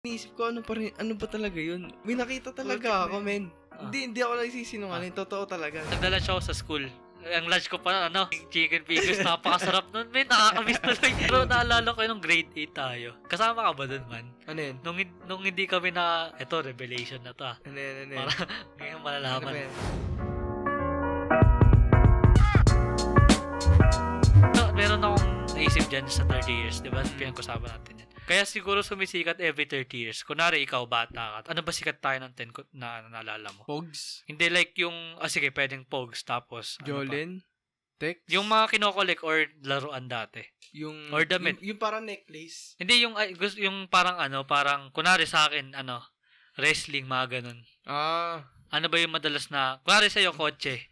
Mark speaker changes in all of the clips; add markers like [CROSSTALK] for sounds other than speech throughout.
Speaker 1: Iniisip ko, ano pa rin, ano ba talaga yun? May nakita talaga ako, men.
Speaker 2: Ah.
Speaker 1: Hindi, hindi ako nagsisinungaling. Totoo talaga.
Speaker 2: Nagdala siya ako sa school. Ang lunch ko pa, ano, chicken fingers. Napakasarap nun, men. Nakakamiss tuloy. Pero naalala ko yung grade 8 tayo. Kasama ka ba dun, man?
Speaker 1: Ano yun?
Speaker 2: Nung, hin- nung hindi kami na, eto, revelation na to ah.
Speaker 1: Ano yun, ano yun?
Speaker 2: Para [LAUGHS] ngayon
Speaker 1: Ano ba
Speaker 2: malalaman.
Speaker 1: yun?
Speaker 2: So, meron akong naisip dyan sa 30 years, di
Speaker 1: Mm.
Speaker 2: ba? Pinag-usapan natin yan. Kaya siguro sumisikat every 30 years. Kunwari, ikaw bata ka. Ano ba sikat tayo ng 10 ko- na na naalala mo?
Speaker 1: Pogs?
Speaker 2: Hindi like yung, ah sige, pwedeng Pogs, tapos ano pa?
Speaker 1: Jolin? Tex?
Speaker 2: Yung mga kinokolek or laruan dati.
Speaker 1: yung,
Speaker 2: or damit.
Speaker 1: Yung, yung parang necklace.
Speaker 2: Hindi, yung, ay, gusto, yung parang ano, parang, kunwari sa akin, ano, wrestling, mga ganun.
Speaker 1: Ah.
Speaker 2: Ano ba yung madalas na, kunwari sa'yo, kotse.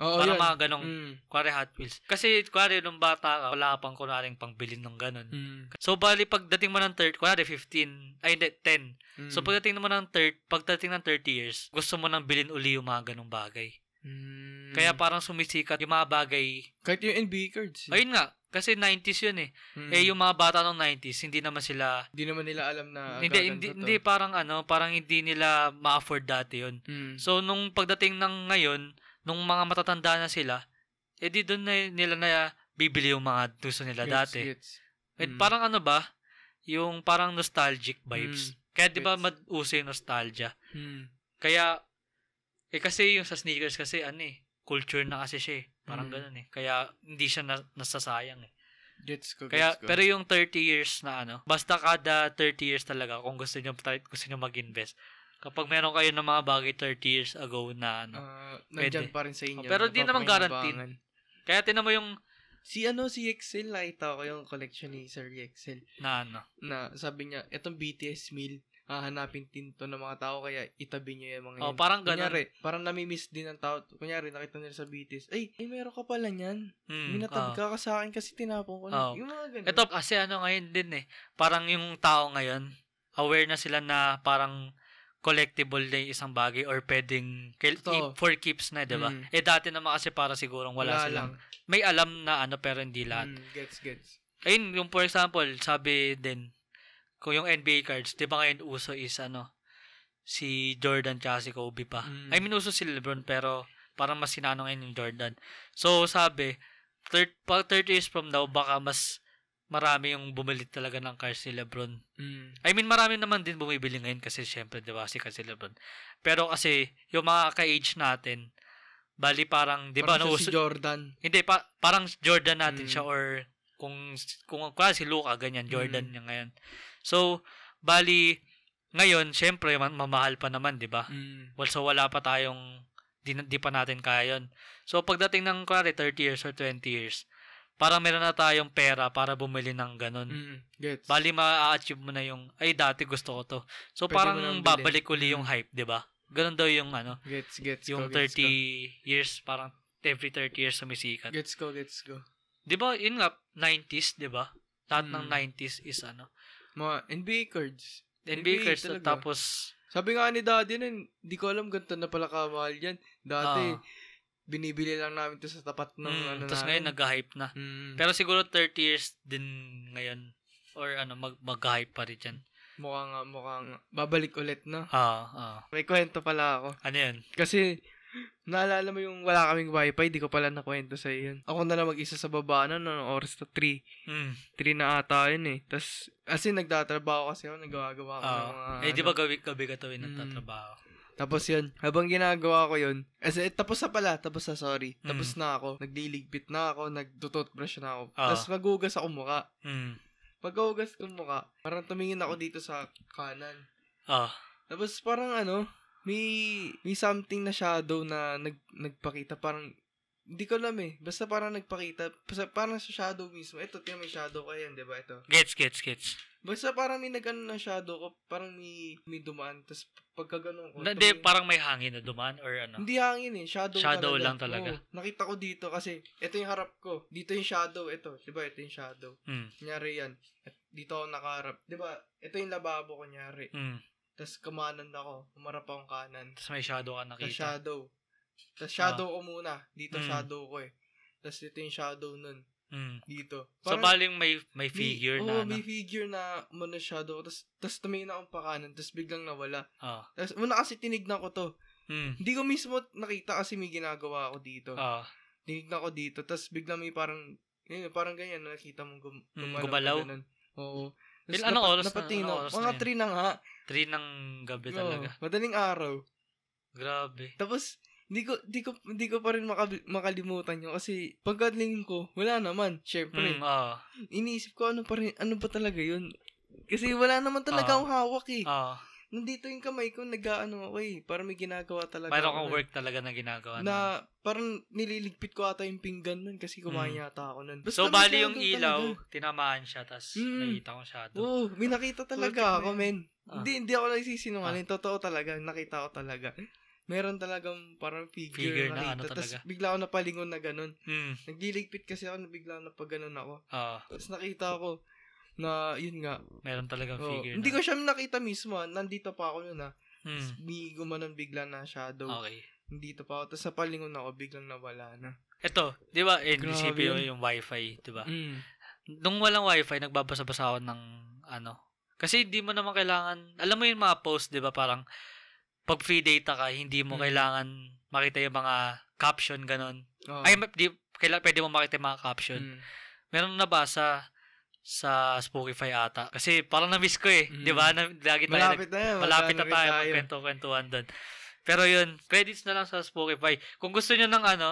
Speaker 1: Oo,
Speaker 2: parang
Speaker 1: yun.
Speaker 2: mga ganong,
Speaker 1: Mm.
Speaker 2: kunwari Hot Wheels. Kasi, kunwari, nung bata ka, wala pang kunwaring pangbilin ng ganun.
Speaker 1: Mm.
Speaker 2: So, bali, pagdating mo ng third, kunwari 15, ay, hindi, 10.
Speaker 1: Mm.
Speaker 2: So, pagdating mo ng third, pagdating ng 30 years, gusto mo nang bilhin uli yung mga ganong bagay.
Speaker 1: Mm.
Speaker 2: Kaya parang sumisikat yung mga bagay.
Speaker 1: Kahit yung NBA cards. eh.
Speaker 2: Ayun nga, kasi 90s yun eh.
Speaker 1: Mm.
Speaker 2: Eh, yung mga bata ng 90s, hindi naman sila
Speaker 1: Hindi naman nila alam na
Speaker 2: hindi,
Speaker 1: gaganda
Speaker 2: hindi,
Speaker 1: to.
Speaker 2: hindi parang ano, parang hindi nila ma-afford dati yun.
Speaker 1: Mm.
Speaker 2: So, nung pagdating ng ngayon, nung mga matatanda na sila, edi doon na nila na bibili yung mga gusto nila
Speaker 1: Gets,
Speaker 2: dati.
Speaker 1: gets.
Speaker 2: At
Speaker 1: Mm.
Speaker 2: parang ano ba, yung parang nostalgic vibes.
Speaker 1: Mm.
Speaker 2: Kaya di ba
Speaker 1: Gets.
Speaker 2: mad-uso yung nostalgia?
Speaker 1: Mm.
Speaker 2: Kaya, eh kasi yung sa sneakers kasi ano eh, culture na kasi siya eh. Parang
Speaker 1: Mm.
Speaker 2: ganun eh. Kaya hindi siya na, nasasayang eh.
Speaker 1: Gets ko, gets
Speaker 2: Kaya,
Speaker 1: ko.
Speaker 2: pero yung 30 years na ano, basta kada 30 years talaga, kung gusto nyo, try- gusto nyo mag-invest, kapag meron kayo ng mga bagay 30 years ago na ano,
Speaker 1: Ah, nandyan
Speaker 2: pwede.
Speaker 1: pa rin sa inyo.
Speaker 2: Oh, pero di naman guaranteed.
Speaker 1: napapakinabangan.
Speaker 2: kaya tinan mo yung,
Speaker 1: Si ano, si Excel, nakita ko yung collection ni Sir Excel.
Speaker 2: na ano,
Speaker 1: na sabi niya, itong BTS meal, hahanapin din to ng mga tao, kaya itabi niyo yung mga
Speaker 2: oh,
Speaker 1: yun.
Speaker 2: parang ganun.
Speaker 1: Kunyari, parang nami-miss din ng tao. Kunyari, nakita nila sa BTS, ay, ay meron ka pala niyan.
Speaker 2: Mm,
Speaker 1: Minatabi
Speaker 2: oh.
Speaker 1: ka ka sa akin kasi tinapon ko.
Speaker 2: Oh.
Speaker 1: na." Yung mga ganun.
Speaker 2: Ito kasi ano ngayon din eh, parang yung tao ngayon, aware na sila na parang collectible na yung isang bagay or pwedeng kil-
Speaker 1: Totoo.
Speaker 2: keep, for keeps na, di ba?
Speaker 1: Mm.
Speaker 2: Eh dati naman kasi para sigurong wala, silang, may alam na ano pero hindi lahat.
Speaker 1: Mm, gets, gets.
Speaker 2: Ayun, yung for example, sabi din, kung yung NBA cards, di ba ngayon uso is ano, si Jordan tsaka si Kobe pa.
Speaker 1: Mm.
Speaker 2: I mean, uso si Lebron, pero parang mas sinano ngayon yung Jordan. So, sabi, thir- pag 30 years from now, baka mas marami yung bumili talaga ng cards ni Lebron.
Speaker 1: Mm.
Speaker 2: I mean, marami naman din bumibili ngayon kasi syempre, di ba, si kasi Lebron. Pero kasi, yung mga ka-age natin, bali parang, di ba,
Speaker 1: Parang siya
Speaker 2: diba, nauso,
Speaker 1: si Jordan.
Speaker 2: hindi, pa, parang Jordan natin
Speaker 1: Mm.
Speaker 2: siya or kung, kung kung si Luka, ganyan,
Speaker 1: Hmm.
Speaker 2: Jordan niya ngayon. So, bali, ngayon, syempre, ma- mamahal pa naman, di ba?
Speaker 1: Mm.
Speaker 2: Well, so, wala pa tayong, di, na- di pa natin kaya yun. So, pagdating ng, kunwari, 30 years or 20 years, parang meron na tayong pera para bumili ng ganun.
Speaker 1: Mm. Gets.
Speaker 2: Bali, ma-achieve mo na yung, ay, dati gusto ko to. So,
Speaker 1: Pwede mo
Speaker 2: parang
Speaker 1: nang bilhin. Hmm.
Speaker 2: babalik uli yung hype, di ba? Ganun daw yung, ano,
Speaker 1: gets, gets ko,
Speaker 2: yung
Speaker 1: gets
Speaker 2: 30 years, parang every 30 years sumisikat.
Speaker 1: ko. Gets ko, gets ko.
Speaker 2: Di ba, yun nga, 90s, di ba? Lahat ng
Speaker 1: Mm.
Speaker 2: 90s is ano.
Speaker 1: Mga NBA cards.
Speaker 2: NBA, cards,
Speaker 1: talaga.
Speaker 2: tapos,
Speaker 1: Sabi nga ni daddy nun, hindi ko alam ganito na pala kamahal yan. Dati,
Speaker 2: Ah.
Speaker 1: binibili lang namin to sa tapat ng
Speaker 2: mm,
Speaker 1: ano
Speaker 2: tapos
Speaker 1: namin.
Speaker 2: ngayon nag-hype na.
Speaker 1: Mm,
Speaker 2: Pero siguro 30 years din ngayon or ano, mag- mag-hype pa rin dyan.
Speaker 1: mukhang, ah, mukhang, babalik ulit na.
Speaker 2: Ah, ah.
Speaker 1: May kwento pala ako.
Speaker 2: Ano yun?
Speaker 1: Kasi, naalala mo yung wala kaming wifi, di ko pala nakwento sa yun. Ako na lang mag-isa sa baba na, no, oras na 3.
Speaker 2: Mm.
Speaker 1: 3 na ata yun eh. Tapos, as in, nagtatrabaho kasi ako, nagagawa ko ng mga...
Speaker 2: Ah. eh, di
Speaker 1: ano.
Speaker 2: ba gabi, gabi ka tuwing
Speaker 1: Mm.
Speaker 2: nagtatrabaho?
Speaker 1: Tapos yun, habang ginagawa ko yun, as in, tapos na pala, tapos na, sorry.
Speaker 2: Mm.
Speaker 1: Tapos na ako, nagliligpit na ako, nagtututbrush na ako.
Speaker 2: Ah.
Speaker 1: Tapos magugas ako mukha.
Speaker 2: Mm.
Speaker 1: Pagkahugas ko mukha, parang tumingin ako dito sa kanan.
Speaker 2: Ah,
Speaker 1: Tapos parang ano, may may something na shadow na nag, nagpakita parang hindi ko alam eh. Basta parang nagpakita. Basta parang sa shadow mismo. Ito, tiyan may shadow ko yan, di ba? Ito.
Speaker 2: gets, gets, gets.
Speaker 1: Basta parang may nagano na shadow ko. Parang may, may dumaan. Tapos pagka ganun ko.
Speaker 2: Na, di,
Speaker 1: tumingin-
Speaker 2: parang may hangin na dumaan or ano?
Speaker 1: Hindi hangin eh. Shadow,
Speaker 2: Shadow lang talaga.
Speaker 1: Oo, nakita ko dito kasi ito yung harap ko. Dito yung shadow. Ito, di ba? Ito yung shadow.
Speaker 2: Mm.
Speaker 1: Kunyari yan. At dito ako nakaharap. Di ba? Ito yung lababo kunyari.
Speaker 2: Mm.
Speaker 1: Tapos kamanan ako. Umarap akong kanan.
Speaker 2: Tapos may shadow ka
Speaker 1: Tapos
Speaker 2: nakita.
Speaker 1: shadow. Tapos shadow ko muna. Dito
Speaker 2: Mm.
Speaker 1: shadow ko eh. Tapos dito yung shadow nun.
Speaker 2: Mm.
Speaker 1: dito.
Speaker 2: So, baling may,
Speaker 1: may-
Speaker 2: may figure
Speaker 1: oo,
Speaker 2: na, ano.
Speaker 1: may figure na umano shadow. Tapos, tapos tumingin akong pakanan. Tapos biglang nawala.
Speaker 2: Oh.
Speaker 1: Tapos, una kasi tinignan ko to.
Speaker 2: Mm.
Speaker 1: Hindi ko mismo nakita kasi may ginagawa ako dito.
Speaker 2: Oh.
Speaker 1: Tinignan ko dito. Tapos, biglang may parang, yun, parang ganyan. Nakita mong gum-
Speaker 2: Mm,
Speaker 1: gumalaw.
Speaker 2: gumalaw.
Speaker 1: ganun. Oo. Tapos,
Speaker 2: Il- anong
Speaker 1: napa-
Speaker 2: oras na-
Speaker 1: napatingin
Speaker 2: anong
Speaker 1: ako.
Speaker 2: oras na
Speaker 1: Mga
Speaker 2: yun?
Speaker 1: 3 na nga.
Speaker 2: Three ng gabi
Speaker 1: Oo,
Speaker 2: talaga.
Speaker 1: madaling araw.
Speaker 2: Grabe.
Speaker 1: Tapos, hindi ko, hindi ko, hindi ko pa rin makabi- makalimutan yun. Kasi, pagkatingin ko, wala naman. Siyempre,
Speaker 2: Mm, oh.
Speaker 1: iniisip ko, ano pa rin, ano pa talaga yun? Kasi wala naman talaga
Speaker 2: Ah.
Speaker 1: akong hawak eh.
Speaker 2: Oh.
Speaker 1: Nandito yung kamay ko, nag-ano ako eh. Parang may ginagawa talaga.
Speaker 2: Mayroon
Speaker 1: ako
Speaker 2: kang
Speaker 1: na-
Speaker 2: work talaga na ginagawa.
Speaker 1: Na,
Speaker 2: Na,
Speaker 1: parang nililigpit ko ata yung pinggan nun kasi kumain yata ako nun.
Speaker 2: Hmm.
Speaker 1: may
Speaker 2: so, bali yung
Speaker 1: shadow
Speaker 2: ilaw,
Speaker 1: talaga.
Speaker 2: tinamaan siya, tapos
Speaker 1: Mm.
Speaker 2: nakita ko shadow.
Speaker 1: Oo, oh, may nakita
Speaker 2: Putik ah, na
Speaker 1: talaga ako,
Speaker 2: yun.
Speaker 1: men.
Speaker 2: Ah.
Speaker 1: Hindi, hindi ako nagsisinungaling. Totoo talaga, nakita ko talaga. Meron talagang parang figure,
Speaker 2: Figure na
Speaker 1: na
Speaker 2: ano
Speaker 1: nakita. Tapos
Speaker 2: talaga.
Speaker 1: bigla ako napalingon na ganun.
Speaker 2: Mm.
Speaker 1: Nagliligpit kasi ako, bigla na pag ganun ako.
Speaker 2: Oh,
Speaker 1: Tapos nakita ko na, yun nga.
Speaker 2: meron talagang
Speaker 1: oo.
Speaker 2: Ah, figure
Speaker 1: Oh, hindi
Speaker 2: na.
Speaker 1: ko siya nakita mismo. ah. Nandito pa ako yun ha.
Speaker 2: Mm.
Speaker 1: May gumanon bigla na shadow.
Speaker 2: Okay.
Speaker 1: Nandito pa ako. Tapos napalingon ako, biglang nawala na.
Speaker 2: Ito, di ba, eh,
Speaker 1: Grabe
Speaker 2: isipin mo
Speaker 1: yun.
Speaker 2: yung wifi, di ba?
Speaker 1: Mm.
Speaker 2: Nung walang wifi, nagbabasa-basa ako ng ano. Kasi hindi mo naman kailangan, alam mo yung mga post, di ba, parang pag free data ka, hindi mo
Speaker 1: Mm.
Speaker 2: kailangan makita yung mga caption, ganun.
Speaker 1: Oo.
Speaker 2: Ay, ma- di, kaila, pwede mo makita yung mga caption.
Speaker 1: Mm.
Speaker 2: Meron nabasa sa Spotify ata. Kasi parang na-miss ko eh.
Speaker 1: Mm.
Speaker 2: Di ba? Na, lagi tayo nag-
Speaker 1: Malapit na yan.
Speaker 2: Malapit na tayo,
Speaker 1: tayo.
Speaker 2: magkwento-kwentuhan doon. Pero yun, credits na lang sa Spotify. Kung gusto nyo ng ano,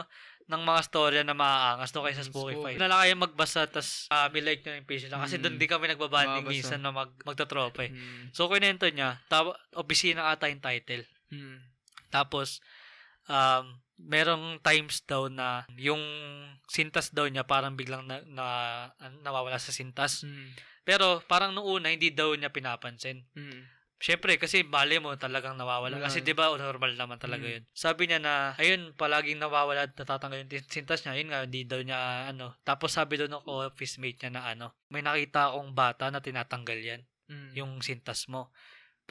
Speaker 2: ng mga storya na maaangas doon kayo sa
Speaker 1: Mm,
Speaker 2: Spotify.
Speaker 1: Spotify.
Speaker 2: Na lang kayo magbasa, tas uh, like nyo yung page nila. Kasi
Speaker 1: Mm.
Speaker 2: doon di kami nagbabanding
Speaker 1: Mababasa.
Speaker 2: minsan na mag, magtatropa eh.
Speaker 1: Mm.
Speaker 2: So, kinento niya, tawa, opisina ata yung title.
Speaker 1: Mm.
Speaker 2: Tapos, um, merong times daw na yung sintas daw niya parang biglang na, na, nawawala sa sintas.
Speaker 1: Mm.
Speaker 2: Pero parang nung una, hindi daw niya pinapansin.
Speaker 1: Mm.
Speaker 2: Siyempre, kasi bale mo talagang nawawala.
Speaker 1: Wala.
Speaker 2: Kasi di ba normal naman talaga
Speaker 1: Mm.
Speaker 2: yun. Sabi niya na, ayun, palaging nawawala at natatanggal yung tin- sintas niya. Yun nga, hindi daw niya, ano. Tapos sabi daw ng office mate niya na, ano, may nakita akong bata na tinatanggal yan,
Speaker 1: Mm.
Speaker 2: yung sintas mo.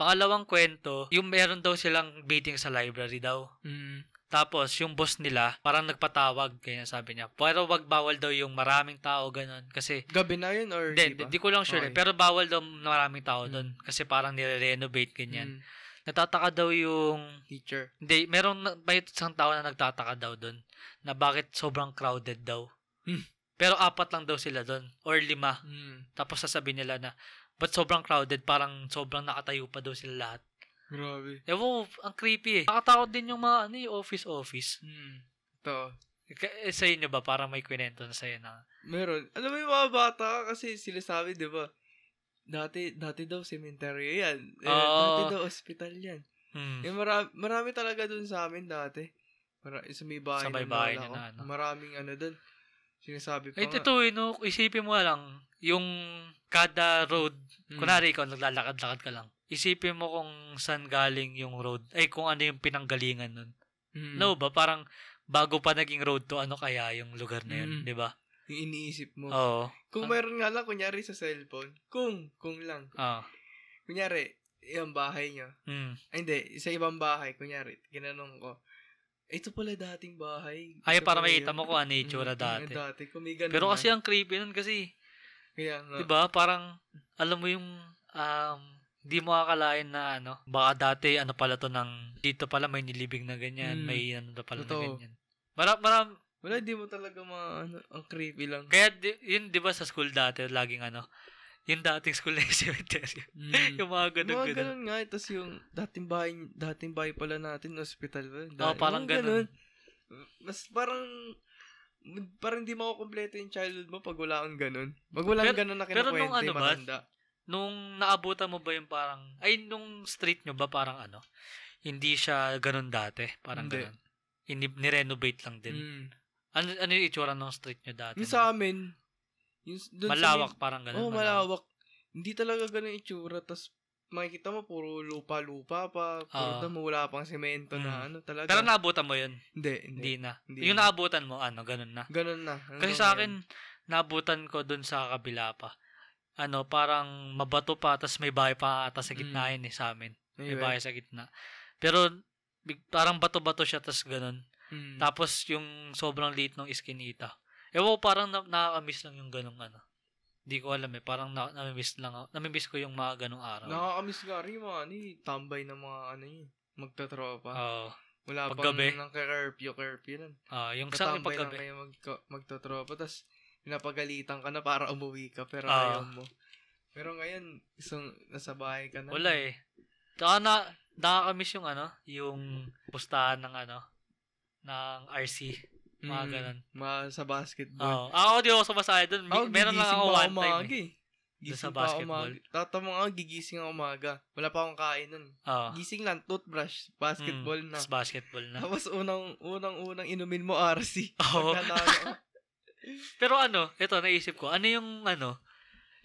Speaker 2: Pangalawang kwento, yung meron daw silang meeting sa library daw.
Speaker 1: Mm.
Speaker 2: Tapos, yung boss nila, parang nagpatawag, ganyan sabi niya. Pero wag bawal daw yung maraming tao, ganun. Kasi,
Speaker 1: Gabi na yun or
Speaker 2: hindi,
Speaker 1: di ba?
Speaker 2: hindi ko lang sure. eh.
Speaker 1: Okay.
Speaker 2: Pero bawal daw maraming
Speaker 1: Mm.
Speaker 2: tao doon. Kasi parang nire-renovate, ganyan.
Speaker 1: Mm.
Speaker 2: Natataka daw yung...
Speaker 1: Teacher.
Speaker 2: Hindi, merong na- may isang tao na nagtataka daw doon na bakit sobrang crowded daw.
Speaker 1: Hmm.
Speaker 2: Pero apat lang daw sila doon or lima.
Speaker 1: Mm.
Speaker 2: Tapos sasabihin nila na ba't sobrang crowded? Parang sobrang nakatayo pa daw sila lahat.
Speaker 1: Grabe.
Speaker 2: Ewan, ko, ang creepy eh. Nakatakot din yung mga ano, yung office-office.
Speaker 1: Mm. Ito.
Speaker 2: Ka- eh, Sa inyo ba? Parang may kwento na sa'yo na.
Speaker 1: Meron. Alam mo yung mga bata kasi sila sabi, di ba? Dati, dati daw cemetery yan. Eh,
Speaker 2: Oo.
Speaker 1: Dati daw hospital yan.
Speaker 2: Hmm.
Speaker 1: Eh, marami, marami talaga dun sa amin dati. Mara, sa may bahay.
Speaker 2: Sa may
Speaker 1: ng
Speaker 2: bahay
Speaker 1: lola
Speaker 2: niya
Speaker 1: ko.
Speaker 2: na ano.
Speaker 1: Maraming ano dun. Sinasabi pa
Speaker 2: Eh,
Speaker 1: nga.
Speaker 2: totoo eh, no? Isipin mo na lang, yung kada road
Speaker 1: Mm.
Speaker 2: Kunwari, ikaw naglalakad-lakad ka lang. Isipin mo kung saan galing yung road. Ay, kung ano yung pinanggalingan nun.
Speaker 1: Mm.
Speaker 2: No ba? Parang bago pa naging road to, ano kaya yung lugar na yun,
Speaker 1: Mm.
Speaker 2: di ba?
Speaker 1: Yung iniisip mo.
Speaker 2: Oo.
Speaker 1: Kung
Speaker 2: Ang-
Speaker 1: meron nga lang, kunyari sa cellphone. Kung, kung lang.
Speaker 2: Ah.
Speaker 1: Kunyari, yung bahay nyo.
Speaker 2: Mm.
Speaker 1: Ay, hindi. Sa ibang bahay, kunyari, ginanong ko. Ito pala dating bahay.
Speaker 2: Ay,
Speaker 1: Ito
Speaker 2: para
Speaker 1: pala yun."
Speaker 2: makita mo kung ano yung
Speaker 1: Mm,
Speaker 2: itsura
Speaker 1: ang
Speaker 2: dati.
Speaker 1: Dati, kung may ganun na.
Speaker 2: Pero kasi ang creepy nun kasi,
Speaker 1: Kaya nga.
Speaker 2: di ba? Diba? Parang, alam mo yung, um, di mo akalain na ano, baka dati ano pala to ng, dito pala may nilibing na
Speaker 1: Mm.
Speaker 2: ganyan, may ano na pala
Speaker 1: Totoo.
Speaker 2: na ganyan. Maram, maram,
Speaker 1: Wala, di mo talaga ma, ano, ang creepy
Speaker 2: [LAUGHS]
Speaker 1: lang.
Speaker 2: Kaya, di, yun, di ba sa school dati, laging ano, yung dating school na yung cemetery.
Speaker 1: [LAUGHS] Mm.
Speaker 2: yung mga
Speaker 1: Ganun, mga
Speaker 2: ganun-ganun.
Speaker 1: ganun nga, tapos yung dating bahay, dating bahay pala natin, hospital ba?
Speaker 2: Oo, parang ganun.
Speaker 1: Mas parang, parang di makukompleto yung childhood mo pag wala kang ganun. Pag wala kang
Speaker 2: Pero-
Speaker 1: ganun na
Speaker 2: pero
Speaker 1: kinukwente,
Speaker 2: nung ano ba?
Speaker 1: matanda.
Speaker 2: Nung naabutan mo ba yung parang, ay, nung street nyo ba parang ano, hindi siya ganun dati, parang
Speaker 1: Hindi.
Speaker 2: ganun. Ini, nirenovate lang din.
Speaker 1: Mm.
Speaker 2: Ano, ano yung itsura ng street nyo dati?
Speaker 1: Yung sa amin, yung, dun sa may-
Speaker 2: malawak, parang ganun.
Speaker 1: Oo, oh, malawak. Hindi talaga ganun yung itsura. Tapos, makikita mo, puro lupa-lupa pa. Puro
Speaker 2: Oo.
Speaker 1: damo, wala pang semento na
Speaker 2: Mm.
Speaker 1: ano talaga.
Speaker 2: Pero naabutan mo yun?
Speaker 1: hindi, hindi.
Speaker 2: Hindi na.
Speaker 1: Hindi
Speaker 2: yung
Speaker 1: na.
Speaker 2: naabutan mo, ano, ganun na.
Speaker 1: Ganun na. Ano
Speaker 2: Kasi
Speaker 1: na
Speaker 2: sa
Speaker 1: ngayon?
Speaker 2: akin, naabutan ko dun sa kabila pa. Ano, parang mabato pa, tas may bahay pa ata sa gitna
Speaker 1: Mm.
Speaker 2: yun eh, sa amin.
Speaker 1: Anyway.
Speaker 2: May bahay sa gitna. Pero, big- parang bato-bato siya, tas ganun.
Speaker 1: Mm.
Speaker 2: Tapos yung sobrang liit ng iskinita. Ewan ko, parang na- nakaka-miss lang yung ganong ano. Hindi ko alam eh. Parang na- nami-miss lang ako. Nami-miss ko yung mga ganong araw.
Speaker 1: Nakakamiss nga rin yung mga ano eh, tambay ng mga ano eh, magtatropa.
Speaker 2: Oo.
Speaker 1: Wala
Speaker 2: Ah, Paggabi.
Speaker 1: pang ng curfew, curfew nun.
Speaker 2: Ah, yung sa akin
Speaker 1: Katambay lang
Speaker 2: paggabi.
Speaker 1: kayo mag, magtotropa, tapos pinapagalitan ka na para umuwi ka, pero ayaw
Speaker 2: Ah.
Speaker 1: mo. Pero ngayon, isang nasa bahay ka na.
Speaker 2: Wala eh. Tsaka na, nakakamiss yung ano, yung pustahan ng ano, ng RC. Mga
Speaker 1: Mm,
Speaker 2: ganun. Ah,
Speaker 1: Mga sa basketball.
Speaker 2: Oo. Ako di ako sumasaya doon.
Speaker 1: Ako,
Speaker 2: Meron lang
Speaker 1: gigising
Speaker 2: ako
Speaker 1: pa
Speaker 2: one time.
Speaker 1: umaga
Speaker 2: Eh.
Speaker 1: eh. Gising pa
Speaker 2: sa
Speaker 1: ako
Speaker 2: basketball.
Speaker 1: umaga. Tatamo nga, gigising ako umaga. Wala pa akong kain nun.
Speaker 2: Oo.
Speaker 1: Gising lang, toothbrush, basketball
Speaker 2: Mm,
Speaker 1: na.
Speaker 2: tas basketball
Speaker 1: [LAUGHS]
Speaker 2: na.
Speaker 1: Tapos unang, unang, unang inumin mo RC. [LAUGHS]
Speaker 2: Oo.
Speaker 1: Pagkatalo ko.
Speaker 2: Pero ano, ito, naisip ko, ano yung ano,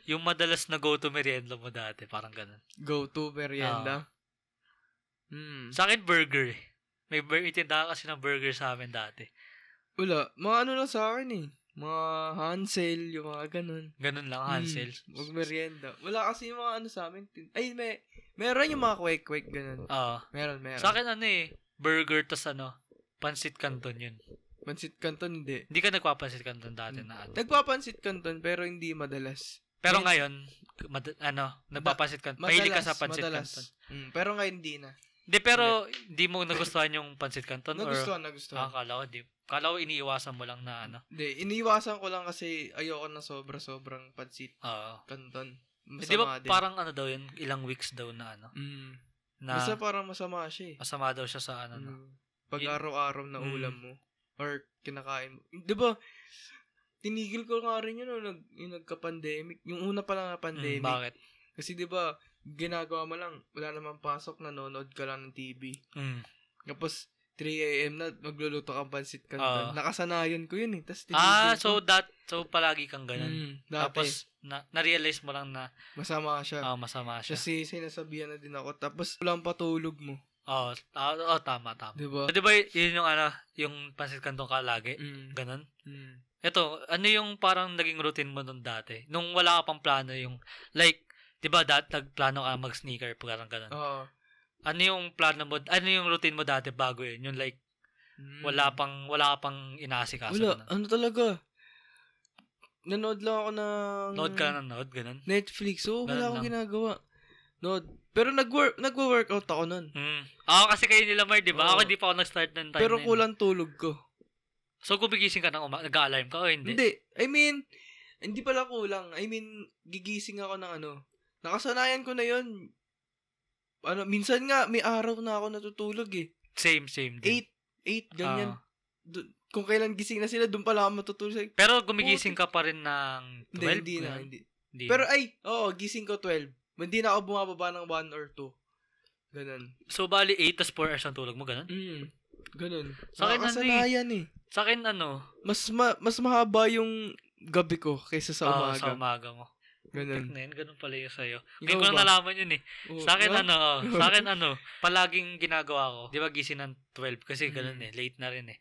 Speaker 2: yung madalas na go-to merienda mo dati, parang ganun.
Speaker 1: Go to merienda.
Speaker 2: Ah.
Speaker 1: Hmm.
Speaker 2: Sa akin, burger. eh. May burger, itinda kasi ng burger sa amin dati.
Speaker 1: Wala. Mga ano lang sa akin eh. Mga Hansel, yung mga ganun.
Speaker 2: Ganun lang, Hansel.
Speaker 1: Hmm, Huwag merienda. Wala kasi yung mga ano sa amin. Tin- Ay, may, meron yung mga kwek-kwek ganun.
Speaker 2: Oo.
Speaker 1: Meron, meron.
Speaker 2: sa akin, ano eh, burger, tas ano, pansit canton yun.
Speaker 1: Pansit Canton, hindi.
Speaker 2: Hindi ka nagpapansit canton dati na
Speaker 1: Mm.
Speaker 2: ano.
Speaker 1: Nagpapansit Canton, pero hindi madalas.
Speaker 2: Pero ngayon, mad- ano, nagpapansit canton.
Speaker 1: Madalas,
Speaker 2: Mahilig ka sa pansit
Speaker 1: madalas.
Speaker 2: canton.
Speaker 1: Mm, pero ngayon hindi na.
Speaker 2: Hindi, pero hindi mo nagustuhan yung pansit canton?
Speaker 1: Nagustuhan,
Speaker 2: Or, ah,
Speaker 1: nagustuhan.
Speaker 2: kala ko, di. Kala ko iniiwasan mo lang na ano.
Speaker 1: Hindi, iniwasan ko lang kasi ayoko na sobra-sobrang pansit
Speaker 2: Oo.
Speaker 1: Canton. Masama
Speaker 2: Eh, di ba
Speaker 1: din.
Speaker 2: parang ano daw yun, ilang weeks daw na ano,
Speaker 1: Mm.
Speaker 2: na
Speaker 1: Basta parang masama siya eh.
Speaker 2: masama daw siya sa ano. no?
Speaker 1: Mm. Pag
Speaker 2: Yun-
Speaker 1: araw-araw na
Speaker 2: Mm.
Speaker 1: ulam mo or kinakain mo. 'Di ba? Tinigil ko nga rin yun nung nag, yung nagka-pandemic. Yung una pa lang na
Speaker 2: Mm,
Speaker 1: pandemic.
Speaker 2: bakit?
Speaker 1: Kasi 'di ba, ginagawa mo lang, wala namang pasok, nanonood ka lang ng TV.
Speaker 2: Mm.
Speaker 1: Tapos 3 AM na magluluto kang pansit ka na.
Speaker 2: Ah.
Speaker 1: Nakasanayan ko yun eh. Tapos tinigil
Speaker 2: Ah,
Speaker 1: ko.
Speaker 2: so that so palagi kang ganun.
Speaker 1: Mm, dati,
Speaker 2: Tapos na, na-realize mo lang na
Speaker 1: masama siya.
Speaker 2: ah, masama siya.
Speaker 1: Kasi sinasabihan na din ako. Tapos walang patulog mo.
Speaker 2: Oh, ta- oh, tama tama.
Speaker 1: 'Di ba?
Speaker 2: So, 'Di ba y- yun yung ano, yung pansit kantong kalagi?
Speaker 1: Mm,
Speaker 2: Ganun.
Speaker 1: mm.
Speaker 2: Ito, ano yung parang naging routine mo nung dati? Nung wala ka pang plano yung like 'di ba dati nagplano ka mag-sneaker parang ganun.
Speaker 1: Oo.
Speaker 2: Ano yung plano mo? Ano yung routine mo dati bago yun? Yung like
Speaker 1: Mm.
Speaker 2: wala pang wala ka pang inaasikaso.
Speaker 1: Wala,
Speaker 2: ganun.
Speaker 1: ano talaga? Nanood lang ako ng...
Speaker 2: Load ka na load, ganun.
Speaker 1: Netflix. Oo,
Speaker 2: Ganun
Speaker 1: wala akong
Speaker 2: lang.
Speaker 1: ginagawa. Nood. Pero nag-work, nag-workout ako nun.
Speaker 2: Mm. Ako kasi kayo nila Mar, di ba?
Speaker 1: Oo.
Speaker 2: Ako hindi pa ako nag-start ng time
Speaker 1: Pero
Speaker 2: na yun.
Speaker 1: kulang tulog ko.
Speaker 2: So, gumigising ka ng uma- nag-alarm ka o hindi?
Speaker 1: Hindi. I mean, hindi pala kulang. I mean, gigising ako ng ano. Nakasanayan ko na yon Ano, minsan nga, may araw na ako natutulog eh.
Speaker 2: Same, same. din.
Speaker 1: Eight, eight, ganyan.
Speaker 2: Ah.
Speaker 1: Dun- kung kailan gising na sila, doon pala ako matutulog. Sabi,
Speaker 2: Pero gumigising ka pa rin ng 12?
Speaker 1: Hindi, hindi na,
Speaker 2: ganun?
Speaker 1: hindi.
Speaker 2: Hindi.
Speaker 1: Pero ay, oo, gising ko 12. Hindi na ako bumababa ng 1 or 2. Ganun.
Speaker 2: so, bali 8 tas 4 hours ang tulog mo, ganun?
Speaker 1: Mm. Ganun.
Speaker 2: Sa akin,
Speaker 1: Nakakasanayan eh.
Speaker 2: Sa akin, ano,
Speaker 1: Mas, ma- mas mahaba yung gabi ko kaysa sa
Speaker 2: ah,
Speaker 1: umaga.
Speaker 2: sa umaga mo.
Speaker 1: Ganun.
Speaker 2: Na yun, ganun pala yung sa'yo. Hindi
Speaker 1: Ikaw
Speaker 2: ko
Speaker 1: ba?
Speaker 2: na nalaman yun eh.
Speaker 1: Oo,
Speaker 2: Sa akin,
Speaker 1: ah,
Speaker 2: ano,
Speaker 1: [LAUGHS]
Speaker 2: oh, sa akin, ano, palaging ginagawa ko. Di ba gising ng 12? Kasi
Speaker 1: Mm.
Speaker 2: ganun eh, late na rin eh.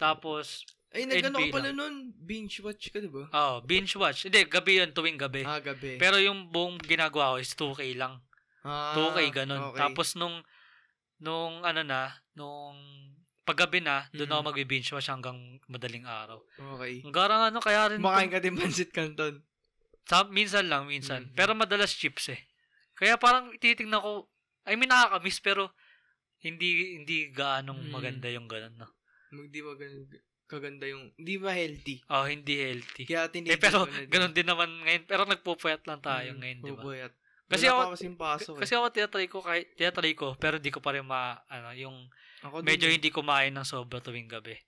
Speaker 2: Tapos,
Speaker 1: Ay, nagano
Speaker 2: NB
Speaker 1: ka pala
Speaker 2: lang.
Speaker 1: nun. Binge watch ka, di ba?
Speaker 2: oh, binge watch. Hindi, gabi yun, tuwing gabi.
Speaker 1: Ah, gabi.
Speaker 2: Eh, Pero yung buong ginagawa ko is 2K lang.
Speaker 1: ah,
Speaker 2: 2K, ganun. Tapos nung, nung ano na, nung paggabi na, doon
Speaker 1: Mm.
Speaker 2: ako mag-binge watch hanggang madaling araw. [LAUGHS]
Speaker 1: Okay.
Speaker 2: Ang garang ano, kaya rin,
Speaker 1: Kumakain ka din pansit canton.
Speaker 2: sa, minsan lang, minsan.
Speaker 1: Mm.
Speaker 2: Pero madalas chips eh. Kaya parang titingnan ko, I mean, nakakamiss, pero hindi hindi gaanong
Speaker 1: Mm.
Speaker 2: maganda yung ganun, no?
Speaker 1: Hindi ba ganun kaganda yung... Hindi ba healthy?
Speaker 2: Oh, hindi healthy.
Speaker 1: Kaya tinigil
Speaker 2: eh,
Speaker 1: ko
Speaker 2: pero
Speaker 1: na din.
Speaker 2: ganun din naman ngayon. Pero nagpupuyat lang tayo
Speaker 1: Mm,
Speaker 2: ngayon, di ba?
Speaker 1: bubuyat.
Speaker 2: Kasi
Speaker 1: Wala
Speaker 2: ako-
Speaker 1: pa kasing paso eh.
Speaker 2: Kasi ako tinatry ko, kahit, tinatry ko, pero di ko pa rin ma, ano, yung
Speaker 1: ako din
Speaker 2: medyo
Speaker 1: eh.
Speaker 2: hindi kumain ng sobra tuwing gabi.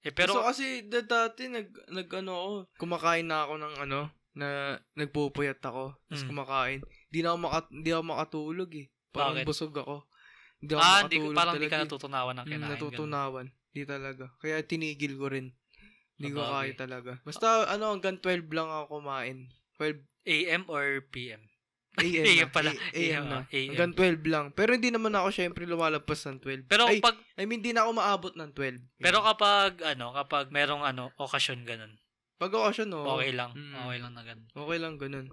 Speaker 2: Eh,
Speaker 1: Pero
Speaker 2: pero,
Speaker 1: kasi da- dati nag nag ano ako, kumakain na ako ng ano na nagpupuyat ako. Tapos
Speaker 2: Mm.
Speaker 1: kumakain. Hindi na ako maka, hindi ako makatulog eh. Parang
Speaker 2: Bakit?
Speaker 1: busog ako. Hindi ako
Speaker 2: ah, di,
Speaker 1: makatulog
Speaker 2: parang di
Speaker 1: talaga
Speaker 2: ka
Speaker 1: eh.
Speaker 2: natutunawan ng
Speaker 1: Mm,
Speaker 2: kinain. ganun.
Speaker 1: natutunawan. Hindi talaga. Kaya tinigil ko rin. Hindi ko
Speaker 2: Sabagay. Ah.
Speaker 1: kaya talaga. Basta ano hanggang 12 lang ako kumain.
Speaker 2: [LAUGHS]
Speaker 1: 12
Speaker 2: AM or PM?
Speaker 1: AM,
Speaker 2: AM
Speaker 1: na.
Speaker 2: pala.
Speaker 1: A- AM na.
Speaker 2: ah, AM.
Speaker 1: Hanggang 12 lang. Pero hindi naman ako syempre lumalabas ng 12.
Speaker 2: Pero
Speaker 1: Ay,
Speaker 2: pag
Speaker 1: I mean, hindi na ako maabot ng 12.
Speaker 2: pero kapag ano, kapag merong ano, okasyon ganun.
Speaker 1: Pag occasion, no.
Speaker 2: Okay lang.
Speaker 1: Mm.
Speaker 2: Okay lang na ganun.
Speaker 1: Okay lang, ganun.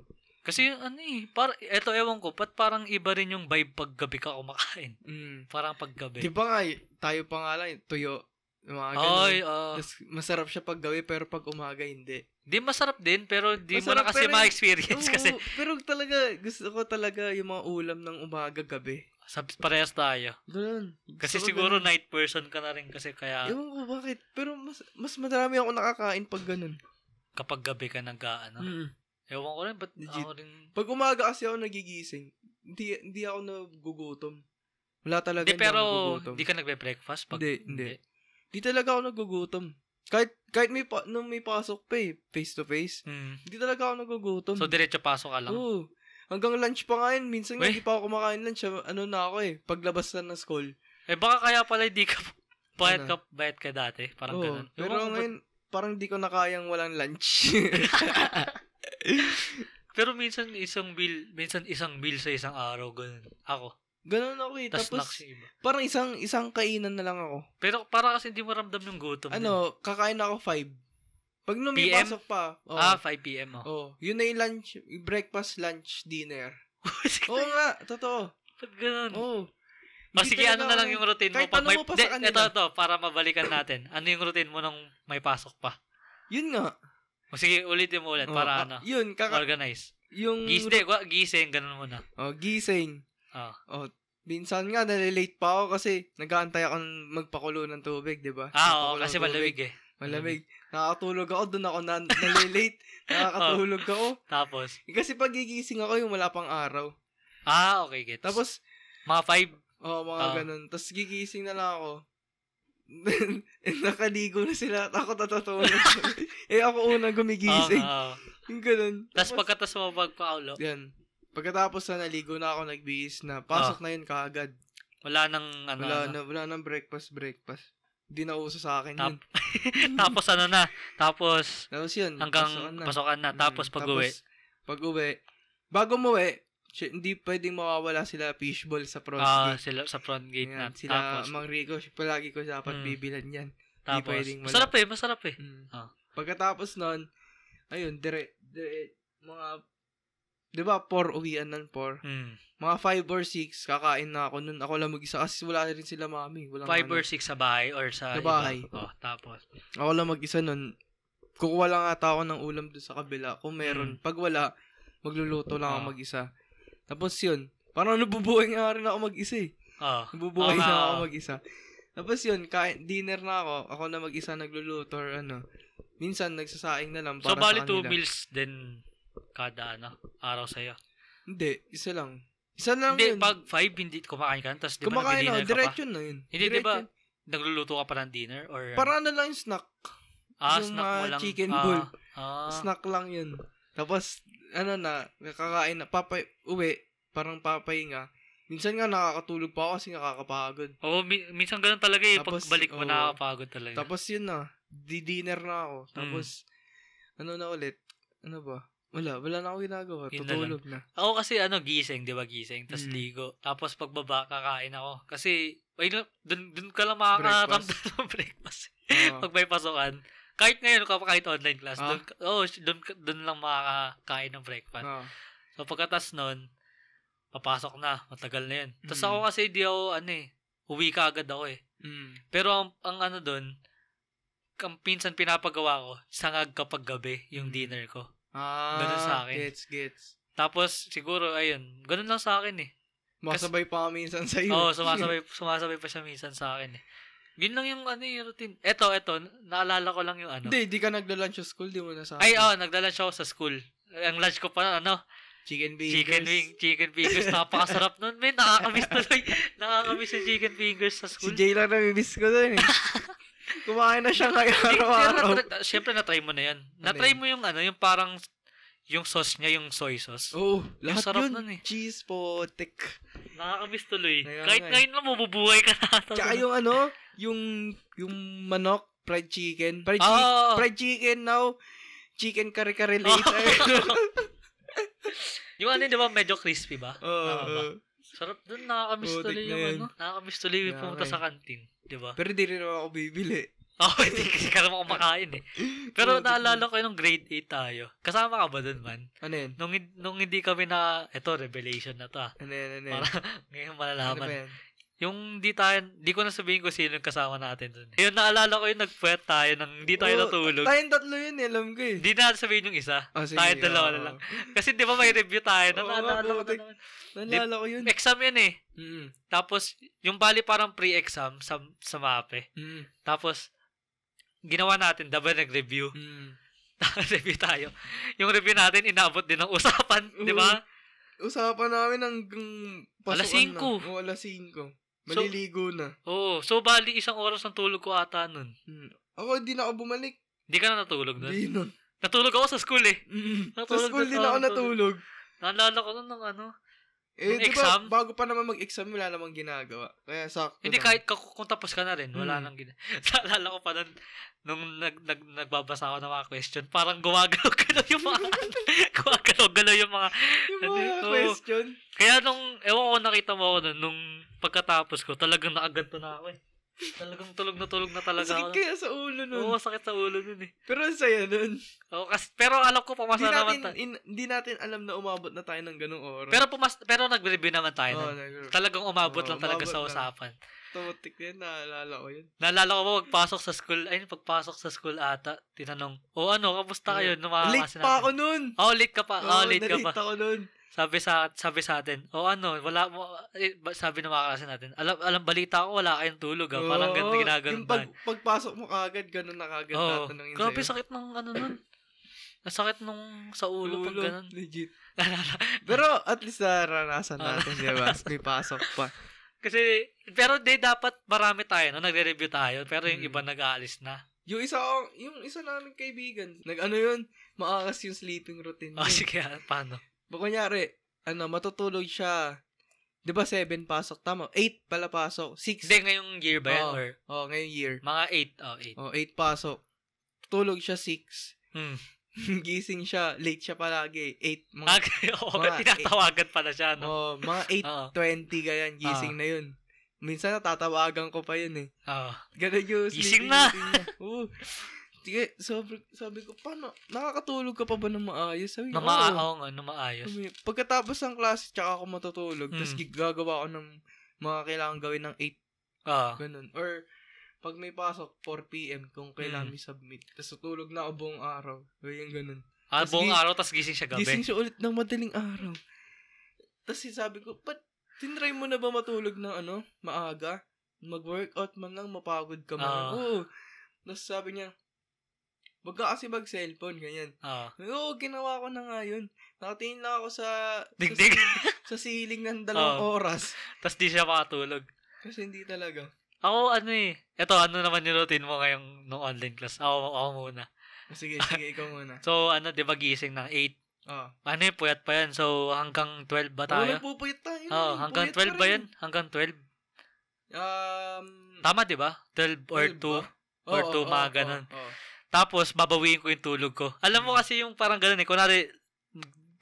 Speaker 2: Kasi yung ano eh, par eto ewan ko, pat parang iba rin yung vibe pag gabi ka kumakain. [LAUGHS]
Speaker 1: Mm.
Speaker 2: Parang
Speaker 1: Di
Speaker 2: paggabi.
Speaker 1: ba nga, y- tayo pa nga lang, tuyo. Yung mga ganun.
Speaker 2: Oy, oo.
Speaker 1: Tas masarap siya pag gawi, pero pag umaga, hindi.
Speaker 2: ah, Di masarap din, pero di mo na
Speaker 1: Masarap,
Speaker 2: kasi
Speaker 1: pero-
Speaker 2: ma-experience kasi [LAUGHS]
Speaker 1: Oo, pero talaga, gusto ko talaga yung mga ulam ng umaga, gabi.
Speaker 2: sab- parehas tayo.
Speaker 1: Ganun.
Speaker 2: Kasi
Speaker 1: Gusto ko
Speaker 2: siguro
Speaker 1: ganun.
Speaker 2: night person ka na rin kasi kaya
Speaker 1: Ewan ko bakit. Pero mas, mas madami ako nakakain pag ganun.
Speaker 2: kapag gabi ka nag ano.
Speaker 1: Mm.
Speaker 2: Ewan ko rin, ba't
Speaker 1: Legit.
Speaker 2: ako rin...
Speaker 1: Pag umaga kasi ako nagigising, hindi, hindi ako nagugutom. Wala talaga
Speaker 2: Hindi,
Speaker 1: hindi
Speaker 2: pero
Speaker 1: nagugutom.
Speaker 2: di ka nagbe-breakfast? Pag...
Speaker 1: Hindi, hindi. Di talaga ako nagugutom. Kahit, kahit may, pa, nung may pasok pa eh, face to face,
Speaker 2: Mm.
Speaker 1: hindi talaga ako nagugutom.
Speaker 2: So, diretso pasok ka lang.
Speaker 1: Oo. Hanggang lunch pa nga yun. Minsan nga,
Speaker 2: Uy.
Speaker 1: hindi pa ako kumakain lunch. Ano na ako eh. Paglabas na ng school.
Speaker 2: Eh, baka kaya pala hindi ka... [LAUGHS] Bayad
Speaker 1: Ano?
Speaker 2: ka, bayad ka dati. Parang
Speaker 1: Oo.
Speaker 2: ganun.
Speaker 1: Pero
Speaker 2: Ewan ko,
Speaker 1: ngayon, parang di ko na kayang walang lunch. [LAUGHS]
Speaker 2: Pero minsan isang bill, minsan isang bill sa isang araw, ganun. Ako.
Speaker 1: Ganun ako eh.
Speaker 2: Tapos
Speaker 1: Tapos,
Speaker 2: snacks yung iba.
Speaker 1: parang isang isang kainan na lang ako.
Speaker 2: Pero para kasi hindi mo ramdam yung gutom. nun.
Speaker 1: Ano, kakain ako 5. Pag nung may
Speaker 2: PM?
Speaker 1: pasok pa. Oh,
Speaker 2: Ah, 5 p.m. [LAUGHS] Oh.
Speaker 1: oh, yun na yung lunch, breakfast, lunch, dinner. Oo
Speaker 2: Ba't
Speaker 1: nga, totoo.
Speaker 2: ganun?
Speaker 1: Oo.
Speaker 2: Ah,
Speaker 1: Hindi
Speaker 2: sige,
Speaker 1: talaga
Speaker 2: ano na lang
Speaker 1: ako-
Speaker 2: yung routine mo.
Speaker 1: kahit
Speaker 2: Pag
Speaker 1: ano
Speaker 2: may,
Speaker 1: mo pa
Speaker 2: De,
Speaker 1: sa kanila.
Speaker 2: Ito, ito, para mabalikan natin. Ano yung routine mo nung may pasok pa?
Speaker 1: Yun nga.
Speaker 2: O sige, ulitin mo ulit
Speaker 1: Oh,
Speaker 2: para
Speaker 1: ah,
Speaker 2: ano,
Speaker 1: Yun, Mm. kaka-
Speaker 2: organize.
Speaker 1: yung...
Speaker 2: Gis, de, wa- gising, ganun muna.
Speaker 1: Oh, gising.
Speaker 2: Ah.
Speaker 1: Oh, minsan nga, nalilate pa ako kasi nag-aantay ako ng magpakulo ng tubig, di ba?
Speaker 2: Ah, oo,
Speaker 1: Magpakulo ng
Speaker 2: kasi
Speaker 1: tubig.
Speaker 2: malamig eh.
Speaker 1: Malamig. Nakakatulog ako, doon ako na-
Speaker 2: [LAUGHS]
Speaker 1: nalilate. Nakakatulog
Speaker 2: Oh.
Speaker 1: ako.
Speaker 2: Tapos,
Speaker 1: Kasi pagigising ako yung wala pang araw.
Speaker 2: ah, okay, gets.
Speaker 1: Tapos,
Speaker 2: mga 5,
Speaker 1: oh, mga
Speaker 2: Ah.
Speaker 1: ganun. Tapos gigising na lang ako. [LAUGHS] Eh, Nakaligo na sila. Ako
Speaker 2: [LAUGHS]
Speaker 1: tatutulog. eh, ako una gumigising. Yung ganun.
Speaker 2: Ah. Tapos pagkatas mo magpaulo,
Speaker 1: Yan. Pagkatapos na naligo na ako, nagbihis na.
Speaker 2: Ah.
Speaker 1: Pasok na yun kaagad.
Speaker 2: wala nang ano.
Speaker 1: Wala
Speaker 2: ano.
Speaker 1: na, wala nang breakfast, breakfast. Hindi na uso sa akin yun.
Speaker 2: [LAUGHS] Tap- tapos ano na, tapos
Speaker 1: Tapos yun,
Speaker 2: hanggang
Speaker 1: pasokan
Speaker 2: pasokan na, tapos
Speaker 1: Mm,
Speaker 2: pag-uwi.
Speaker 1: tapos Pag-uwi. Bago umuwi, sy- hindi pwedeng mawawala sila fishball sa front
Speaker 2: Ah,
Speaker 1: gate.
Speaker 2: sila sa front gate na.
Speaker 1: Yan, sila,
Speaker 2: tapos,
Speaker 1: Mang Rico, sy- palagi ko dapat
Speaker 2: Mm.
Speaker 1: bibilan yan.
Speaker 2: tapos.
Speaker 1: pwedeng wala.
Speaker 2: Masarap eh, masarap eh.
Speaker 1: Mm.
Speaker 2: Ah.
Speaker 1: Pagkatapos nun, ayun, dire, dire, mga, di ba, 4 uwian ng 4.
Speaker 2: Mm.
Speaker 1: Mga 5 or 6, kakain na ako nun. Ako lang mag-isa kasi wala rin sila mami. Walang
Speaker 2: Five
Speaker 1: ano.
Speaker 2: or six sa bahay or sa
Speaker 1: Sa bahay.
Speaker 2: Iba. Oh, tapos.
Speaker 1: Ako lang mag-isa nun. Kukuha lang ata ako ng ulam doon sa kabila. Kung meron. Pag wala, magluluto lang ako
Speaker 2: Mm. Ah.
Speaker 1: mag-isa. Tapos yun. Parang nabubuhay nga rin ako mag-isa eh.
Speaker 2: Oh.
Speaker 1: Nabubuhay
Speaker 2: Oo nga,
Speaker 1: na ako
Speaker 2: oo.
Speaker 1: mag-isa. Tapos yun, kain, dinner na ako. Ako na mag-isa nagluluto or ano. Minsan, nagsasaing na lang para
Speaker 2: So, bali
Speaker 1: sa
Speaker 2: two
Speaker 1: kanila.
Speaker 2: meals din kada ano, araw sa'yo.
Speaker 1: Hindi, isa lang. Isa lang
Speaker 2: hindi,
Speaker 1: yun.
Speaker 2: pag five, hindi kumakain ka. Tapos di ba
Speaker 1: Kumakain ako,
Speaker 2: nag-dinner ka pa?
Speaker 1: diretso na yun.
Speaker 2: Hindi, di ba?
Speaker 1: Diretso.
Speaker 2: Nagluluto ka pa ng dinner? Or,
Speaker 1: Para ano lang yung snack.
Speaker 2: ah,
Speaker 1: yung
Speaker 2: snack mo
Speaker 1: mga
Speaker 2: lang.
Speaker 1: chicken
Speaker 2: ah,
Speaker 1: bowl.
Speaker 2: Ah,
Speaker 1: Snack lang yun. Tapos, ano na, nakakain na, papay, uwi, parang papay nga. Minsan nga nakakatulog pa ako kasi nakakapagod.
Speaker 2: Oo, mi- minsan ganun talaga eh.
Speaker 1: Tapos,
Speaker 2: Pagbalik mo,
Speaker 1: oo.
Speaker 2: nakakapagod talaga.
Speaker 1: Tapos yun na, di-dinner na ako.
Speaker 2: Mm.
Speaker 1: Tapos, ano na ulit? Ano ba? Wala, wala na ako ginagawa.
Speaker 2: Yun na
Speaker 1: Tutulog na.
Speaker 2: Ako kasi ano, gising, di ba gising? Tapos
Speaker 1: Mm.
Speaker 2: ligo. Tapos pagbaba, kakain ako. Kasi, ay, dun, dun ka lang makakaramdam [LAUGHS] ng breakfast.
Speaker 1: Oo.
Speaker 2: Pag may pasokan. Kahit ngayon, kap- kahit online class,
Speaker 1: Ah.
Speaker 2: dun, ka- oh, sh- dun, ka- dun lang makakain ng breakfast.
Speaker 1: Oo.
Speaker 2: So pagkatas nun, papasok na. Matagal na yun. Tapos
Speaker 1: Mm.
Speaker 2: ako kasi di ako, ano eh, uwi ka agad ako eh.
Speaker 1: Mm.
Speaker 2: Pero ang, ang ano dun, ang pinsan pinapagawa ko, sangag kapag gabi yung
Speaker 1: Mm.
Speaker 2: dinner ko.
Speaker 1: Ah,
Speaker 2: Ganun sa akin.
Speaker 1: Gets, gets.
Speaker 2: Tapos, siguro, ayun, ganun lang sa akin eh.
Speaker 1: Masabay pa kami minsan sa'yo.
Speaker 2: Oo, oh, sumasabay, sumasabay pa siya minsan sa akin eh. Yun lang yung ano yung routine. Eto, eto, naalala ko lang yung ano.
Speaker 1: [LAUGHS] Hindi, di ka nagla-lunch sa school, di mo na sa
Speaker 2: Ay, oh, nagdala siya ako sa school. Ang lunch ko pa, ano,
Speaker 1: Chicken fingers.
Speaker 2: chicken wing, chicken fingers. Napakasarap nun, men. Nakakamiss tuloy. Nakakamiss yung chicken fingers sa
Speaker 1: Si
Speaker 2: school.
Speaker 1: Jay lang namimiss ko doon eh.
Speaker 2: [LAUGHS]
Speaker 1: Kumain na siya ngayon araw-araw.
Speaker 2: Siyempre, na-try mo na yan. Na-try mo yung ano, yung parang, yung sauce niya, yung soy sauce.
Speaker 1: Oo, oh, lahat
Speaker 2: sarap
Speaker 1: yun.
Speaker 2: nun eh.
Speaker 1: Cheese potek.
Speaker 2: Nakakamiss tuloy.
Speaker 1: Kaya
Speaker 2: Kahit
Speaker 1: nga eh.
Speaker 2: ngayon lang, mabubuhay ka na.
Speaker 1: Tsaka yung ano, yung, yung manok, fried chicken. Fried,
Speaker 2: Oo,
Speaker 1: chi-
Speaker 2: oo, oo.
Speaker 1: fried chicken now, chicken kare-kare
Speaker 2: Oo.
Speaker 1: later.
Speaker 2: [LAUGHS] yung ano, di ba, medyo crispy ba?
Speaker 1: Oo,
Speaker 2: Tama ba?
Speaker 1: oo.
Speaker 2: Sarap dun, nakakamiss
Speaker 1: Putik
Speaker 2: tuloy
Speaker 1: na
Speaker 2: yung
Speaker 1: yun.
Speaker 2: ano. Nakakamiss tuloy yung
Speaker 1: Kaya
Speaker 2: pumunta
Speaker 1: nga
Speaker 2: sa kantin. Di ba? [LAUGHS]
Speaker 1: Pero di rin naman ako bibili.
Speaker 2: Oo, hindi kasi ka naman kumakain eh. Pero
Speaker 1: Putik na
Speaker 2: naalala ko yung grade 8 tayo. Kasama ka ba dun, man?
Speaker 1: Ano yan?
Speaker 2: Nung, hin- nung hindi kami na, eto, revelation na to ah.
Speaker 1: Ano yan, ano yan?
Speaker 2: Para [LAUGHS] ngayon
Speaker 1: Ano ba
Speaker 2: malalaman.
Speaker 1: yan?
Speaker 2: Yung di tayo, di ko na sabihin ko sino yung kasama natin dun. eh. Yun, naalala ko yung nagpwet tayo nang di tayo
Speaker 1: Oo,
Speaker 2: natulog.
Speaker 1: Tayong tatlo yun, eh, alam ko eh.
Speaker 2: Di na sabihin yung isa.
Speaker 1: Ah, sige,
Speaker 2: tayo dalawa na
Speaker 1: oo.
Speaker 2: lang. Kasi di ba may review tayo?
Speaker 1: Oo,
Speaker 2: Naalala ko na
Speaker 1: mabuti.
Speaker 2: naman.
Speaker 1: Naalala ko yun.
Speaker 2: Exam yan eh.
Speaker 1: Mm.
Speaker 2: Tapos, yung bali parang pre-exam sa, sa MAPE.
Speaker 1: Mm.
Speaker 2: Tapos, ginawa natin, dapat nag-review. [LAUGHS]
Speaker 1: Mm.
Speaker 2: review tayo. Yung review natin, inabot din ng usapan, di ba?
Speaker 1: Mm-hmm. Usapan namin hanggang pasukan
Speaker 2: Alas singko.
Speaker 1: Na. Oo, alas 5.
Speaker 2: So-
Speaker 1: Maliligo na.
Speaker 2: Oo. So, bali, isang oras ang tulog ko ata nun.
Speaker 1: Mm. Ako, di na ako bumalik.
Speaker 2: Hindi ka na natulog nun?
Speaker 1: Di nun.
Speaker 2: Natulog ako sa school eh.
Speaker 1: Mm. Sa
Speaker 2: Natulog
Speaker 1: school
Speaker 2: na
Speaker 1: din ako
Speaker 2: tayo,
Speaker 1: natulog.
Speaker 2: Naalala ko nun ng ano.
Speaker 1: Eh, di
Speaker 2: Nung exam?
Speaker 1: ba, bago pa naman mag-exam, wala namang ginagawa. Kaya sakto
Speaker 2: Hindi,
Speaker 1: lang.
Speaker 2: kahit ka- kung tapos ka na rin, wala
Speaker 1: Hmm.
Speaker 2: nang gina... [LAUGHS] Naalala ko pa nun, nung nag, nag, nagbabasa ako ng mga question, parang [LAUGHS] gumagalaw-galaw yung mga... gumagalaw-galaw yung mga...
Speaker 1: [LAUGHS] Yung
Speaker 2: Hindi,
Speaker 1: mga
Speaker 2: oo.
Speaker 1: question.
Speaker 2: Kaya nung, ewan ko nakita mo ako nun, nung pagkatapos ko, talagang nakaganto na ako eh. Talagang tulog na tulog na
Speaker 1: Ang
Speaker 2: talaga
Speaker 1: sakit
Speaker 2: ako.
Speaker 1: kaya sa ulo nun.
Speaker 2: Oo, sakit sa ulo nun eh.
Speaker 1: Pero ang saya nun.
Speaker 2: Oo, kasi, pero alam ko
Speaker 1: Hindi
Speaker 2: pumasa
Speaker 1: natin,
Speaker 2: naman tayo.
Speaker 1: in- di natin alam na umabot na tayo ng ganong oras.
Speaker 2: Pero pumas, pero nag-review naman tayo.
Speaker 1: Oo,
Speaker 2: nun.
Speaker 1: nag-
Speaker 2: Talagang umabot
Speaker 1: Oo,
Speaker 2: lang talaga
Speaker 1: umabot
Speaker 2: sa
Speaker 1: lang.
Speaker 2: usapan.
Speaker 1: Tumatik din, naalala ko yun.
Speaker 2: Naalala ko ba, pagpasok sa school, ayun, pagpasok sa school ata, tinanong, o ano, kamusta kayo? Nung mga
Speaker 1: late
Speaker 2: kaklase
Speaker 1: pa
Speaker 2: natin?"
Speaker 1: ako nun!
Speaker 2: Oh, late ka pa. Oh,
Speaker 1: Oo,
Speaker 2: late ka pa.
Speaker 1: nalate ako nun.
Speaker 2: Sabi sa sabi sa atin, o ano, wala mo eh, ba- sabi ng mga kaklase natin. Alam alam balita ko wala kayong tulog, ah. parang
Speaker 1: Oo,
Speaker 2: ganito ginagano
Speaker 1: Yung pag, pagpasok mo kagad, ganun na kagad
Speaker 2: Oh,
Speaker 1: tatanungin
Speaker 2: grabe
Speaker 1: sa'yo.
Speaker 2: sakit ng ano nun. Nasakit nung sa ulo, pag ganun. [LAUGHS]
Speaker 1: Legit. Pero at least naranasan
Speaker 2: Ah.
Speaker 1: natin, di ba? May pasok pa.
Speaker 2: Kasi pero di dapat marami tayo no, nagre-review tayo, pero yung
Speaker 1: Hmm.
Speaker 2: iba nag-aalis na.
Speaker 1: Yung isa, ko- yung isa namin kaibigan, nag-ano yun, maakas yung sleeping routine.
Speaker 2: Oh,
Speaker 1: niya.
Speaker 2: sige, ah,
Speaker 1: [LAUGHS]
Speaker 2: paano?
Speaker 1: Ba, kunyari, ano, matutulog siya. Di ba, 7 pasok? Tama. 8 pala pasok. 6.
Speaker 2: Hindi ngayong year ba yan
Speaker 1: Oo.
Speaker 2: or
Speaker 1: Oh, ngayong year.
Speaker 2: mga 8, oh 8.
Speaker 1: Oh, 8 pasok. Tulog siya 6.
Speaker 2: Hmm.
Speaker 1: [LAUGHS] Gising siya. Late siya palagi. 8. Mga,
Speaker 2: Okay, [LAUGHS] oo,
Speaker 1: Mga
Speaker 2: tinatawagan pala siya, no?
Speaker 1: oh, mga
Speaker 2: Oo.
Speaker 1: 8.20 ganyan.
Speaker 2: Ah.
Speaker 1: Gising na yun. Minsan natatawagan ko pa yun eh.
Speaker 2: Oo.
Speaker 1: Ganun yung
Speaker 2: Gising
Speaker 1: sleeping
Speaker 2: na.
Speaker 1: routine
Speaker 2: [LAUGHS]
Speaker 1: niya. Oo. Sige, sabi, sabi ko, paano? Nakakatulog ka pa ba ng maayos? Sabi niya, "Oo."
Speaker 2: Namaa- ah, oo nga, namaayos.
Speaker 1: Sabi niya, Pagkatapos ng klase, tsaka ako matutulog. Tapos
Speaker 2: Mm.
Speaker 1: gagawa ko ng mga kailangan gawin ng 8
Speaker 2: Oo.
Speaker 1: Ganun. Or, pag may pasok, 4 p.m. kung kailan
Speaker 2: Mm.
Speaker 1: may submit. Tapos tutulog na ako buong araw. O yung ganun.
Speaker 2: Ah,
Speaker 1: Tas
Speaker 2: buong
Speaker 1: gi-
Speaker 2: araw, tas gising siya gabi.
Speaker 1: Gising siya ulit ng madaling araw. Tapos sabi ko, ba't tinry mo na ba matulog ng ano, maaga? Mag-workout man lang, mapagod ka man. lang."
Speaker 2: Ah.
Speaker 1: Oo. Tapos sabi niya, wag ka kasi mag-cellphone, ganyan.
Speaker 2: Oo.
Speaker 1: Oo, ginawa ko na nga yun. Nakatingin lang ako sa...
Speaker 2: Dingding. Ah.
Speaker 1: Sa, sa ceiling ng dalawang
Speaker 2: Oo.
Speaker 1: oras.
Speaker 2: [LAUGHS] tas di siya makatulog.
Speaker 1: Kasi hindi talaga.
Speaker 2: Ako, ano eh. Eto, ano naman yung routine mo ngayong nung online class? Ako, ako muna.
Speaker 1: Sige, sige, ikaw muna. Ah.
Speaker 2: So, ano, di ba gising ng 8?
Speaker 1: Oo.
Speaker 2: Ano eh, puyat pa yan. So, hanggang 12 ba
Speaker 1: Tayo?
Speaker 2: tayo?
Speaker 1: Wala pupuyat tayo.
Speaker 2: Oo,
Speaker 1: eh.
Speaker 2: Ah, hanggang
Speaker 1: Puyat
Speaker 2: 12
Speaker 1: pa
Speaker 2: ba
Speaker 1: rin.
Speaker 2: yan? Hanggang 12?
Speaker 1: Um,
Speaker 2: Tama, di ba? 12 or
Speaker 1: 12 ba?
Speaker 2: 2. or
Speaker 1: oo,
Speaker 2: two,
Speaker 1: oo,
Speaker 2: mga
Speaker 1: oo,
Speaker 2: ganun.
Speaker 1: oo.
Speaker 2: Tapos, babawiin ko yung tulog ko. Alam mo
Speaker 1: Hmm.
Speaker 2: kasi yung parang ganun eh. Kunwari,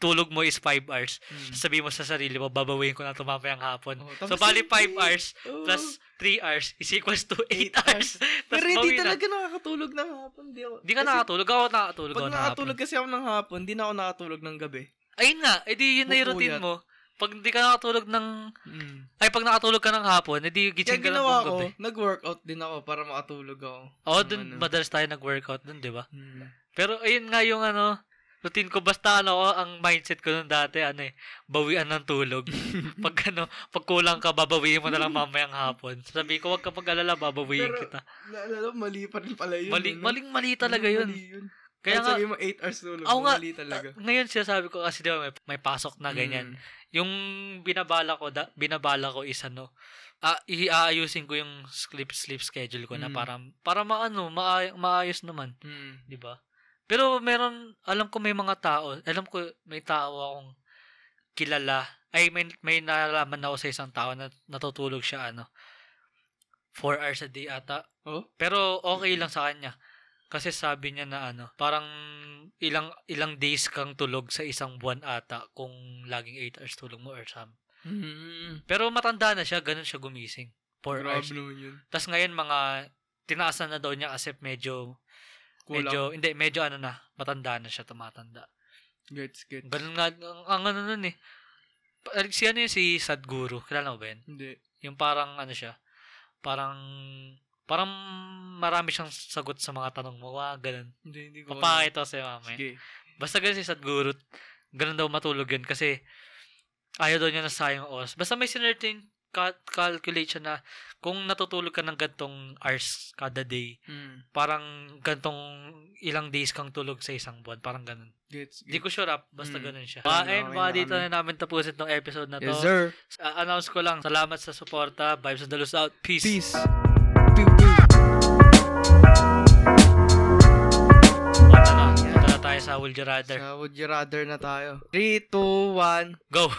Speaker 2: tulog mo is 5 hours.
Speaker 1: Mm.
Speaker 2: Sabi mo sa sarili mo, babawiin ko na tumamayang hapon.
Speaker 1: Oo,
Speaker 2: so,
Speaker 1: tapos
Speaker 2: bali
Speaker 1: yung
Speaker 2: 5
Speaker 1: eight.
Speaker 2: hours
Speaker 1: Oo.
Speaker 2: plus 3 hours is equals to 8
Speaker 1: Eight
Speaker 2: hours. [LAUGHS] Tas
Speaker 1: Pero hindi
Speaker 2: bawi na.
Speaker 1: talaga nakakatulog ng hapon. Di, ako,
Speaker 2: Di ka
Speaker 1: kasi
Speaker 2: nakatulog. Ako nakatulog.
Speaker 1: Pag
Speaker 2: ako
Speaker 1: nakatulog kasi ako ng hapon, di na ako nakatulog ng gabi.
Speaker 2: Ayun nga, edi yun na yung routine
Speaker 1: Bukuyat.
Speaker 2: mo. Pag hindi ka nakatulog ng...
Speaker 1: Mm.
Speaker 2: Ay, pag nakatulog ka ng hapon, edi
Speaker 1: Kaya
Speaker 2: gising ka lang
Speaker 1: ginawa
Speaker 2: buong
Speaker 1: ko,
Speaker 2: gabi.
Speaker 1: nag-workout din ako para makatulog ako.
Speaker 2: Oo,
Speaker 1: ng
Speaker 2: dun,
Speaker 1: ano.
Speaker 2: madalas tayo nag-workout dun, di ba?
Speaker 1: Mm.
Speaker 2: Pero ayun nga yung ano, routine ko. Basta ano ko, ang mindset ko nun dati, ano eh, bawian ng
Speaker 1: [LAUGHS]
Speaker 2: tulog. pag ano, pag kulang ka, babawiin mo na lang mamayang hapon. Sabi ko, wag ka mag-alala, babawiin
Speaker 1: Pero,
Speaker 2: kita.
Speaker 1: Naalala, ko, mali pa rin pala yun.
Speaker 2: Maling,
Speaker 1: ano?
Speaker 2: maling mali talaga yun.
Speaker 1: Mali yun.
Speaker 2: Kaya
Speaker 1: Kahit
Speaker 2: nga,
Speaker 1: sabihin mo 8 hours tulog,
Speaker 2: Ako nga,
Speaker 1: mali talaga.
Speaker 2: ah, ngayon sinasabi ko kasi di ba may, may pasok na ganyan.
Speaker 1: Mm.
Speaker 2: Yung binabala ko, da, binabala ko is ano, ah, iaayusin ko yung sleep sleep schedule ko na
Speaker 1: Mm.
Speaker 2: para para maano, maay, maayos naman,
Speaker 1: Mm.
Speaker 2: 'di ba? Pero meron alam ko may mga tao, alam ko may tao akong kilala. Ay may may nalalaman ako sa isang tao na natutulog siya ano 4 hours a day ata.
Speaker 1: Oh?
Speaker 2: Pero okay lang sa kanya. Kasi sabi niya na ano, parang ilang ilang days kang tulog sa isang buwan ata kung laging 8 hours tulog mo or something.
Speaker 1: Mm.
Speaker 2: Pero matanda na siya, ganun siya gumising. 4 hours.
Speaker 1: Grabe naman yun.
Speaker 2: Tapos ngayon mga tinaasan na daw niya kasi medyo medyo
Speaker 1: Kulang.
Speaker 2: hindi medyo ano na, matanda na siya, tumatanda.
Speaker 1: Gets, gets.
Speaker 2: Ganun nga ang, ang ano nun eh. Pa- Si ano yun, si Sadhguru. Kilala mo ba yun?
Speaker 1: Hindi.
Speaker 2: Yung parang ano siya, parang parang marami siyang sagot sa mga tanong mo. Wah, ganun.
Speaker 1: Hindi, hindi ko. alam.
Speaker 2: Papakita sa mami.
Speaker 1: Sige.
Speaker 2: Basta ganun si Sadhguru. Ganun daw matulog yun kasi ayaw daw niya na sayang oras. Basta may sinertain cal- calculate siya na kung natutulog ka ng gantong hours kada day,
Speaker 1: Mm.
Speaker 2: parang gantong ilang days kang tulog sa isang buwan. Parang ganun.
Speaker 1: Gets.
Speaker 2: Hindi ko sure up. Basta
Speaker 1: Mm.
Speaker 2: ganun siya.
Speaker 1: Okay,
Speaker 2: Ah, and
Speaker 1: okay
Speaker 2: baka
Speaker 1: na
Speaker 2: dito
Speaker 1: kami.
Speaker 2: na namin tapusin tong episode na to.
Speaker 1: Yes, sir.
Speaker 2: Uh, announce ko lang, salamat sa suporta. Vibes and Dalos out. Peace.
Speaker 1: Peace. Pew, pew.
Speaker 2: Punta na. Punta na tayo sa Would You Rather.
Speaker 1: Sa would you rather na tayo. 3, 2, 1.
Speaker 2: Go!